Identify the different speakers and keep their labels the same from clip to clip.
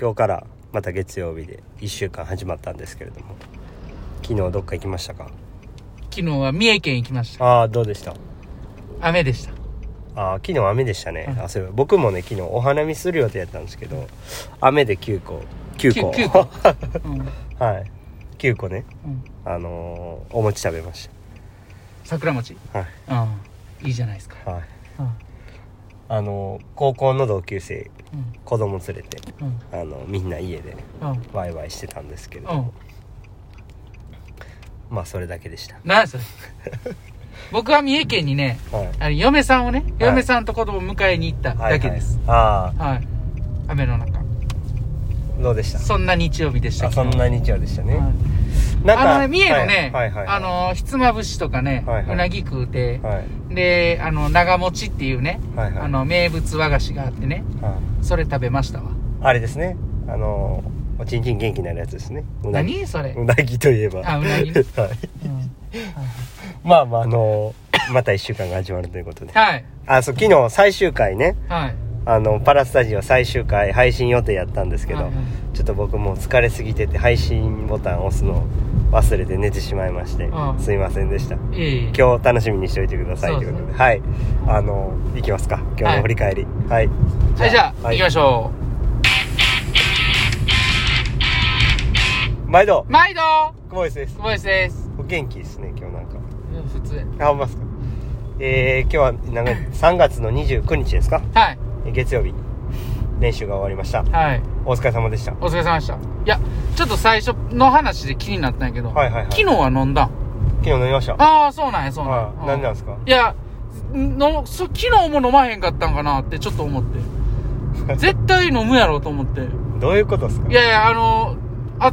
Speaker 1: 今日からまた月曜日で1週間始まったんですけれども昨日どっか行きましたか
Speaker 2: 昨日は三重県行きました。
Speaker 1: ああどうでした
Speaker 2: 雨でした。
Speaker 1: あー昨日雨でしたね、
Speaker 2: うん
Speaker 1: あそういえば僕もね昨日お花見する予定やったんですけど雨で9個9個
Speaker 2: きゅ9うん。う
Speaker 1: はい9個ね
Speaker 2: ん。
Speaker 1: あのーお餅食べまし
Speaker 2: 桜餅。
Speaker 1: たはい
Speaker 2: うん。いいじゃないですか。
Speaker 1: はい
Speaker 2: うん。
Speaker 1: あのー高校の同級生
Speaker 2: うん。
Speaker 1: 子供連れて
Speaker 2: うん。
Speaker 1: あのみんな家で
Speaker 2: うん。
Speaker 1: ワイワイしてたんですけれど、
Speaker 2: うん。
Speaker 1: まあそれだけでした
Speaker 2: なんやそれ。僕は三重県にね、
Speaker 1: はい
Speaker 2: あの嫁さんをね、
Speaker 1: はい
Speaker 2: 嫁さんと子供を迎えに行っただけです。
Speaker 1: はいはい、あ
Speaker 2: はい、雨の中。
Speaker 1: あどうでした
Speaker 2: そんな日曜日でした
Speaker 1: あそんな日曜でしたね、
Speaker 2: はい
Speaker 1: なんか
Speaker 2: あのね、三重のね、
Speaker 1: はいはいはい、
Speaker 2: あの、ひつまぶしとかね、
Speaker 1: はいはいう
Speaker 2: なぎ食うて、
Speaker 1: はい
Speaker 2: で、あの、長餅っていうね、
Speaker 1: はいはい
Speaker 2: あの、名物和菓子があってね、
Speaker 1: はい
Speaker 2: それ食べましたわ。
Speaker 1: あれですねあのおちんちん元気になるやつですねうなぎ
Speaker 2: 何それ。
Speaker 1: うなぎといえば
Speaker 2: あうなぎね
Speaker 1: はい
Speaker 2: うん
Speaker 1: まあまああのまた1週間が始まるということで
Speaker 2: はい、
Speaker 1: あそう昨日最終回ね
Speaker 2: はい。
Speaker 1: あのパラスタジオ最終回配信予定やったんですけど、
Speaker 2: はいはい
Speaker 1: ちょっと僕もう疲れすぎてて配信ボタン押すの忘れて寝てしまいまして、
Speaker 2: うん
Speaker 1: すいませんでした
Speaker 2: いえいえ
Speaker 1: 今日楽しみにしておいてください
Speaker 2: そう
Speaker 1: とい
Speaker 2: で
Speaker 1: う
Speaker 2: す
Speaker 1: こ
Speaker 2: ね
Speaker 1: とではいあの行きますか今日の振り返りはい、
Speaker 2: はい、じゃあ、
Speaker 1: はい
Speaker 2: 行きましょ
Speaker 1: 毎度
Speaker 2: う。毎度
Speaker 1: 久保井です
Speaker 2: 久保井です。
Speaker 1: お元気ですね今日なんか
Speaker 2: うん普通や
Speaker 1: あほんまっすかえー、今日はなんか3月 の29日ですか
Speaker 2: はい、
Speaker 1: え月曜日練習が終わりました
Speaker 2: はい。
Speaker 1: お疲れ様でした
Speaker 2: お疲れ様でした。いや、ちょっと最初の話で気になったんやけど、
Speaker 1: はいはいはい
Speaker 2: 昨日は飲んだん。
Speaker 1: 昨日飲みました
Speaker 2: ああ、そうなんや、そうなんや
Speaker 1: は。い何なんすか
Speaker 2: いや、のそ昨日も飲まへんかったんかなってちょっと 思って。絶対飲むやろうと思って。
Speaker 1: どういうことですか
Speaker 2: いやいや、あの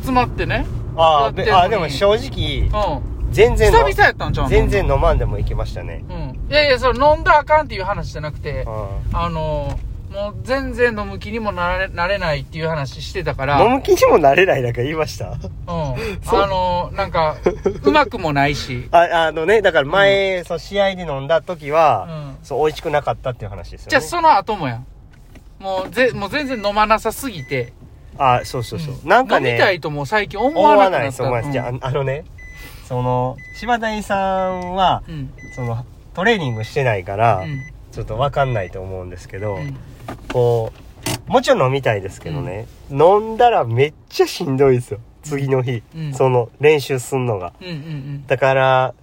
Speaker 2: 集まってね。
Speaker 1: あ
Speaker 2: やっ
Speaker 1: ー
Speaker 2: てん
Speaker 1: で
Speaker 2: のに
Speaker 1: あーでも正直
Speaker 2: うん。
Speaker 1: 全然
Speaker 2: 久
Speaker 1: の
Speaker 2: 々やったんちゃう
Speaker 1: 全。然飲まんでも行きましたね
Speaker 2: うん。いやいや、それ飲んだらあかんっていう話じゃなくて
Speaker 1: う、ん
Speaker 2: あのもう全然飲む気にもなれなれないっていう話してたから、
Speaker 1: 飲
Speaker 2: うん。
Speaker 1: む気にもなれないなんか言いました
Speaker 2: あ
Speaker 1: そう
Speaker 2: のなんか、うまくもないし。
Speaker 1: ああのねだから前、そう試合で飲んだ時
Speaker 2: う
Speaker 1: は、
Speaker 2: ん。
Speaker 1: そう美味しくなかったっていう話ですよね
Speaker 2: じゃあその後もやん。もうぜ、もう全然飲まなさすぎて。
Speaker 1: あそうそうそう、
Speaker 2: う
Speaker 1: なんかね
Speaker 2: 飲みたいともう最近思
Speaker 1: 思わ
Speaker 2: わなく
Speaker 1: な
Speaker 2: ないっ
Speaker 1: です
Speaker 2: た。
Speaker 1: 思わないですじゃあああのねその柴谷さんは
Speaker 2: うん。うん。
Speaker 1: そのトレーニングしてないから、
Speaker 2: うん
Speaker 1: ちょっと分かんないと思うんですけど、
Speaker 2: うん
Speaker 1: こうもちろん飲みたいですけどね、飲んだらめっちゃしんどいですよ次の日、
Speaker 2: うん
Speaker 1: その練習すんのが
Speaker 2: うんうん
Speaker 1: だから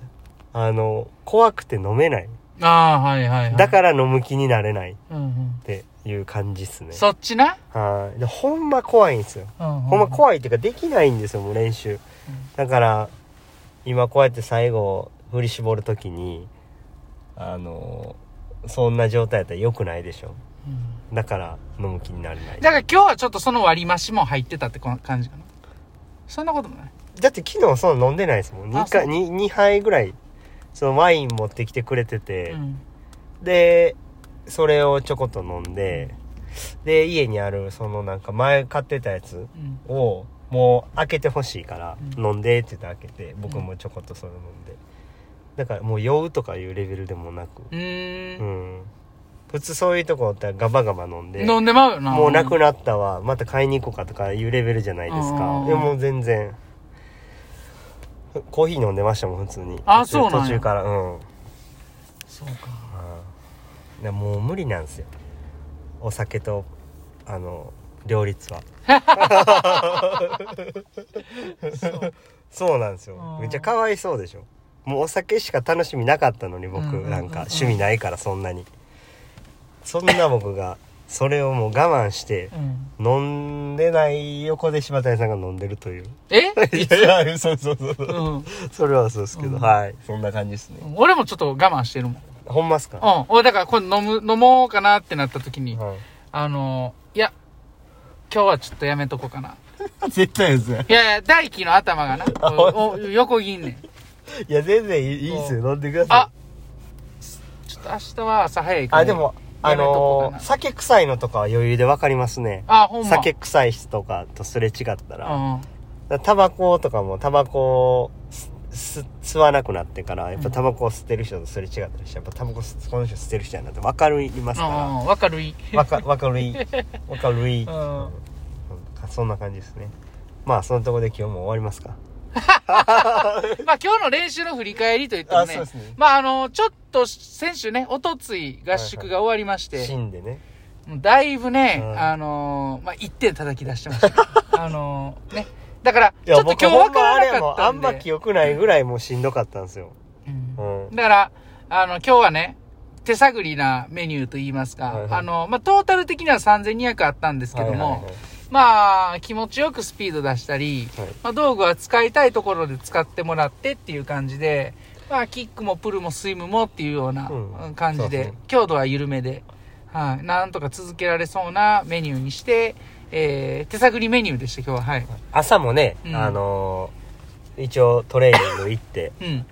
Speaker 1: あの怖くて飲めない
Speaker 2: うん。ああ、はいはい、はい。
Speaker 1: だから飲む気になれないっ
Speaker 2: ら、うんうん。
Speaker 1: ていう感じっすね
Speaker 2: そっちな、
Speaker 1: はいでほんま怖いんですよ
Speaker 2: うんうん、
Speaker 1: ほんま怖いっていうかできないんですよもう練習だから今こうやって最後振り絞るときにあのそんな状態やったら良くないでしょ
Speaker 2: うん
Speaker 1: だから飲む気になれない
Speaker 2: だから今日はちょっとその割り増しも入ってたってこの感じかな。そんなこともない。
Speaker 1: だって昨日その飲んでないですもん
Speaker 2: あ
Speaker 1: 2, か
Speaker 2: そう
Speaker 1: 二二杯ぐらいそのワイン持ってきてくれてて、
Speaker 2: うん。
Speaker 1: でそれをちょこっと飲んでで家にあるそのなんか前買ってたやつ、
Speaker 2: うん。
Speaker 1: をもう開けてほしいから、
Speaker 2: うん
Speaker 1: 飲んでって言って開けて僕もちょこっとそれ飲んでだからもう酔うとかいうレベルでもなく
Speaker 2: うー。
Speaker 1: うんん普通そういうとこだったらガバガバ飲んで
Speaker 2: 飲んでまうよな。
Speaker 1: もうなく
Speaker 2: な
Speaker 1: なったわまた買いに行こうかとかいうレベルじゃないです
Speaker 2: う
Speaker 1: か
Speaker 2: ん
Speaker 1: でも全然コーヒー飲んでましたもん普通に
Speaker 2: あ
Speaker 1: 途中
Speaker 2: そうなんや
Speaker 1: 途中からうん
Speaker 2: そうか。
Speaker 1: いやもう無理なんですよお酒とあの両立 はそうなんですよ
Speaker 2: うん
Speaker 1: めっちゃかわいそうでしょもうお酒しか楽しみなかったのに僕
Speaker 2: うんうんうんうん
Speaker 1: なんか趣味ないからそんなにそんな僕がそれをもう我慢して
Speaker 2: うん。
Speaker 1: 飲んでない横で柴谷さんが飲んでるという
Speaker 2: え
Speaker 1: いやいやそうそうそう、
Speaker 2: う。
Speaker 1: うんそれはそうですけど、
Speaker 2: うん
Speaker 1: はいそんな感じですね
Speaker 2: 俺もちょっと我慢してるもん。
Speaker 1: ほんまっすか、
Speaker 2: うん。俺だからこれ飲む、飲もうかなってなった時に、
Speaker 1: はい
Speaker 2: あのいや、今日はちょっとやめとこうかな。
Speaker 1: 絶対です
Speaker 2: いやいや、大輝の 頭がな、おお横切んねん。
Speaker 1: いや、全然いいいいっすよ。飲んでくだ
Speaker 2: あ
Speaker 1: さい。
Speaker 2: ちょっと明日は朝早いから。
Speaker 1: あ、で。も、あ
Speaker 2: やめとこ
Speaker 1: の
Speaker 2: うか
Speaker 1: ー、
Speaker 2: な
Speaker 1: 酒臭いのとかは余裕でわかりますね。
Speaker 2: あ、ほんま。
Speaker 1: 酒臭い人とかとすれ違った
Speaker 2: う
Speaker 1: ら。だか
Speaker 2: ん。
Speaker 1: らタバコとかも、タバコを吸吸吸わなくなってから、やっぱタバコを吸ってる人とすれ違ったりして、やっぱタバコ吸この人吸ってる人やなってわかります
Speaker 2: う
Speaker 1: か
Speaker 2: ん、わかるい。
Speaker 1: ら。わか、わかるい。わかるい。う
Speaker 2: う
Speaker 1: ん
Speaker 2: ん。
Speaker 1: 感かそんな感じですねまあそのとこで今日も終わりますか
Speaker 2: まあ今日の練習の振り返りといっても
Speaker 1: あそう
Speaker 2: ね
Speaker 1: ですね、
Speaker 2: まああの、ちょっと先週ね、おとつい合宿が終わりまして、
Speaker 1: 死んでね
Speaker 2: だいぶね、
Speaker 1: うん
Speaker 2: あのーまあ、1点叩き出してま したけど。あのーね。だから、
Speaker 1: い
Speaker 2: ち
Speaker 1: や
Speaker 2: ょっと
Speaker 1: 僕
Speaker 2: 今日
Speaker 1: ほ
Speaker 2: 分
Speaker 1: ん
Speaker 2: か
Speaker 1: まあ
Speaker 2: ら
Speaker 1: れ
Speaker 2: なか
Speaker 1: も
Speaker 2: っ
Speaker 1: あ
Speaker 2: た
Speaker 1: ん
Speaker 2: ん
Speaker 1: ま
Speaker 2: で。
Speaker 1: 記憶ないぐらいもうしんどかったんですよ
Speaker 2: うん
Speaker 1: うん
Speaker 2: だから、あの、今日はね、手探りなメニューと言いますか、
Speaker 1: はいはい
Speaker 2: あの、まあ、トータル的には3200あったんですけども、
Speaker 1: はいはいはい
Speaker 2: まあ、気持ちよくスピード出したり、
Speaker 1: はい
Speaker 2: まあ、道具は使いたいところで使ってもらってっていう感じで、まあ、キックもプルもスイムもっていうような
Speaker 1: うん
Speaker 2: うん感じ
Speaker 1: そう
Speaker 2: で、
Speaker 1: そう
Speaker 2: 強度は緩めで、はい、なんとか続けられそうなメニューにして、えー手探りメニューでした、今日は。はい。
Speaker 1: 朝もね、
Speaker 2: うん
Speaker 1: あのー一応トレーニング行って
Speaker 2: うん。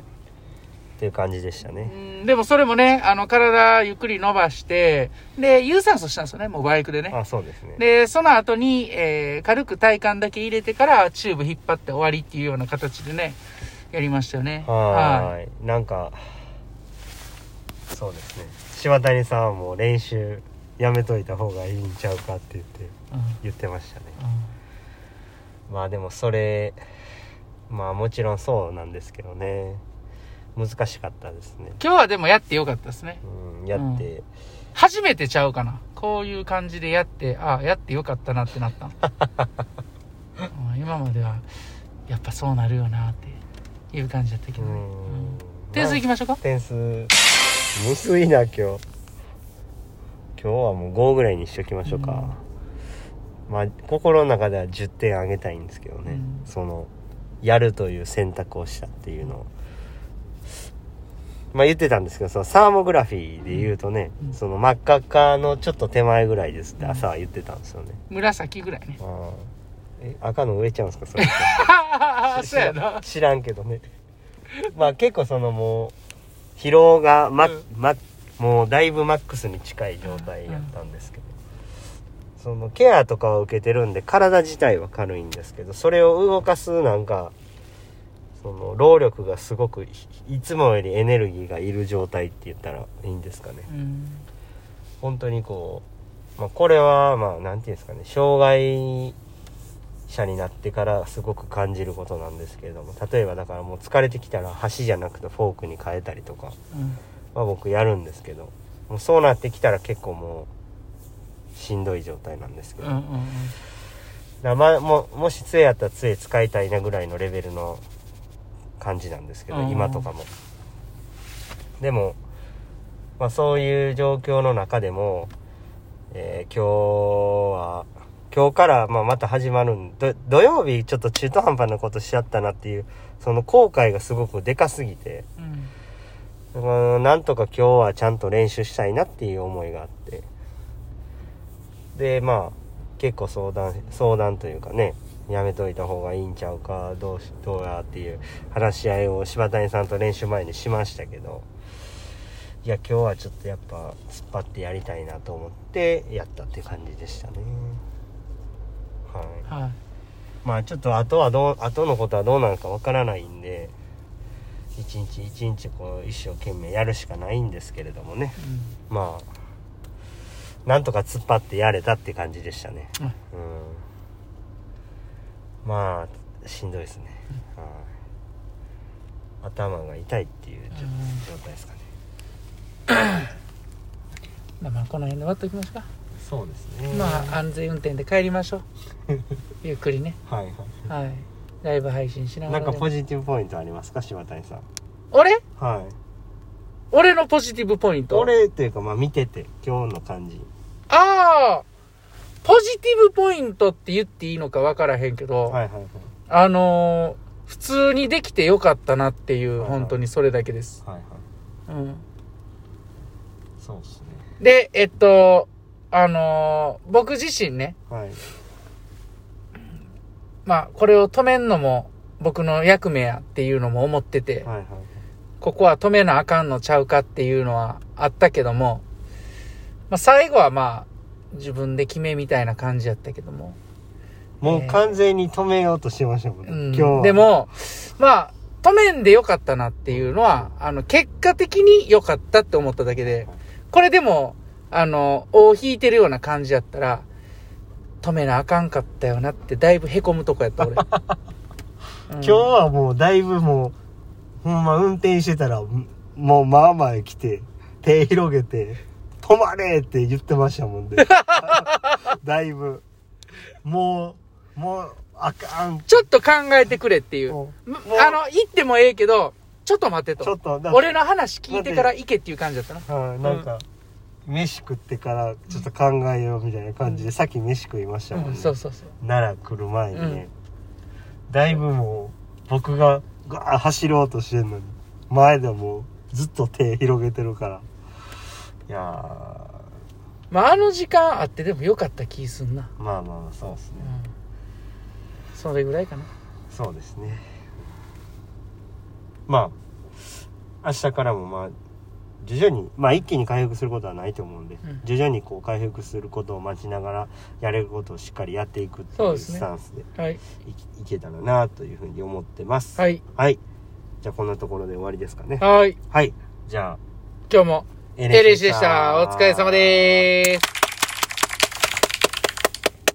Speaker 1: っていう感じでしたね
Speaker 2: うんでもそれもね、あの、体ゆっくり伸ばして、で、有酸素したんですよね、もうバイクでね。
Speaker 1: あそうですね
Speaker 2: で、その後に、えー軽く体幹だけ入れてから、チューブ引っ張って終わりっていうような形でね、やりましたよね。
Speaker 1: はーいなんかそうですね柴谷さんはもう練習やめといた方がいいんちゃうかって言って
Speaker 2: はい。うん
Speaker 1: 言ってましたね
Speaker 2: う
Speaker 1: まあでもそれまあもちろんそうなんですけどね難しかったですね
Speaker 2: ん今日はでもやってよかったですね。
Speaker 1: うんやって、
Speaker 2: 初めてちゃうかな。こういう感じでやって、ああ、やってよかったなってな ったの。うん今までは、やっぱそうなるよなっていう感じだったけ
Speaker 1: う
Speaker 2: どね。
Speaker 1: ん
Speaker 2: うん点数いきましょうか。
Speaker 1: 点数むずいな今日今日はもう5ぐらいにしときましょうか、まあ心の中では10点あげたいんですけどね、
Speaker 2: うん
Speaker 1: そのやるという選択をしたっていうのをまあ言ってたんですけどそのサーモグラフィーで言うとね、
Speaker 2: うん
Speaker 1: その真っ赤っかのちょっと手前ぐらいですって朝は言ってたんですよね、
Speaker 2: 紫ぐらいね。
Speaker 1: ああえ赤の植えちゃうんですか それって
Speaker 2: ああ、そうやな。
Speaker 1: 知らんけどねまあ結構そのもう疲労がま、
Speaker 2: うん
Speaker 1: まもうだいぶマックスに近い状態やったんですけど、そのケアとかは受けてるんで体自体は軽いんですけどそれを動かすなんかその労力がすごくいいつもよりエネルギーがいる状態って言ったらいいんですかね
Speaker 2: うん。
Speaker 1: 本当にこう、まあ、これはまあなんていうんですかね障害者になってからすごく感じることなんですけれども例えばだからもう疲れてきたら箸じゃなくてフォークに変えたりとか
Speaker 2: うん
Speaker 1: は僕やるんですけどもうそうなってきたら結構もうしんどい状態なんですけ
Speaker 2: う
Speaker 1: ど、
Speaker 2: んうんうん。
Speaker 1: だまあももし杖やったら杖使いたいなぐらいのレベルの感じなんですけど、
Speaker 2: うん
Speaker 1: 今とかもでも、まあ、そういう状況の中でも、えー今日は今日からまあまた始まるんど土曜日ちょっと中途半端なことしちゃったなっていうその後悔がすごくでかすぎて、
Speaker 2: うん
Speaker 1: うんなんとか今日はちゃんと練習したいなっていう思いがあってでまあ結構相談相談というかねやめといた方がいいんちゃうかどうしどうやっていう話し合いを柴谷さんと練習前にしましたけどいや今日はちょっとやっぱ突っ張ってやりたいなと思ってやったっていう感じでしたねはい
Speaker 2: はい。
Speaker 1: まあちょっと後はどう後のことはどうなるかわからないんで一日一日こう一生懸命やるしかないんですけれどもねまあなんとか突っ張ってやれたって感じでしたね
Speaker 2: うん
Speaker 1: うんまあしんどいですね、はい頭が痛いっていうじょ状態ですかね
Speaker 2: うん。まあ、この辺で終わっときますか。
Speaker 1: そうですね
Speaker 2: まあ、安全運転で帰りましょう。 ゆっくりね。
Speaker 1: はいはい
Speaker 2: はい。ライブ配信しなが
Speaker 1: な
Speaker 2: ら
Speaker 1: んか
Speaker 2: でも。
Speaker 1: ポジティブポイントありますか柴谷さん
Speaker 2: 俺
Speaker 1: はい
Speaker 2: 俺のポジティブポイント。。
Speaker 1: 俺っていうかまあ見てて今日の感じ
Speaker 2: ああポジティブポイントって言っていいのか分からへんけ
Speaker 1: は
Speaker 2: ど、
Speaker 1: いはいはい
Speaker 2: あのー普通にできてよかったなっていう、
Speaker 1: はいはい
Speaker 2: 本当にそれだけです。
Speaker 1: はいはい
Speaker 2: うん。
Speaker 1: そうですね
Speaker 2: で、えっと、あのー僕自身ね、
Speaker 1: はい
Speaker 2: まあ、これを止めんのも僕の役目やっていうのも思ってて、
Speaker 1: はいはい
Speaker 2: ここは止めなあかんのちゃうかっていうのはあったけども、まあ、最後はまあ、自分で決めみたいな感じやったけども。
Speaker 1: もう完全に止めようとしてましたもんね、
Speaker 2: うん、
Speaker 1: 今日は
Speaker 2: でも、まあ、止めんでよかったなっていうのは、あの、結果的に良かったって思っただけで、これでも、あの、尾を引いてるような感じやったら、止めなあかんかったよなってだいぶへこむとこ やった俺、うん
Speaker 1: 今日はもうだいぶもう、ほんま運転してたら、んもうまあまあ来て、手広げて、止まれって言ってましたもんで。 だいぶ。もう、もう、あかん。
Speaker 2: ちょっと考えてくれっていう
Speaker 1: もう
Speaker 2: む
Speaker 1: もう
Speaker 2: あの行ってもええけどちょっと待て
Speaker 1: ちょ
Speaker 2: と
Speaker 1: っと、だって
Speaker 2: 俺の話聞いてから行けっていう感じだったな
Speaker 1: はい、なんか、飯食ってからちょっと考えようみたいな感じで、さっき飯食いましたもん
Speaker 2: うん
Speaker 1: ね。
Speaker 2: そうそうそう
Speaker 1: 奈良来る前にね、だいぶもう僕がガー走ろうとしてんのに前でもうずっと手広げてるからいやー
Speaker 2: まああの時間あってでもよかった気すんな、
Speaker 1: まあまあまあそうです
Speaker 2: う
Speaker 1: ね、
Speaker 2: ん、それぐらいかな
Speaker 1: そうですねまあ明日からもまあ徐々にまあ一気に回復することはないと思うんで、
Speaker 2: うん
Speaker 1: 徐々にこう回復することを待ちながらやれることをしっかりやっていくって
Speaker 2: そう
Speaker 1: い
Speaker 2: で
Speaker 1: う
Speaker 2: すね
Speaker 1: スタンスで
Speaker 2: はい
Speaker 1: いきいけたらなというふうに思ってます。
Speaker 2: はい
Speaker 1: はい。じゃあこんなところで終わりですかね。
Speaker 2: はい
Speaker 1: はい。じゃあ、
Speaker 2: 今日も
Speaker 1: エ
Speaker 2: エレシでしたお疲れ様でーす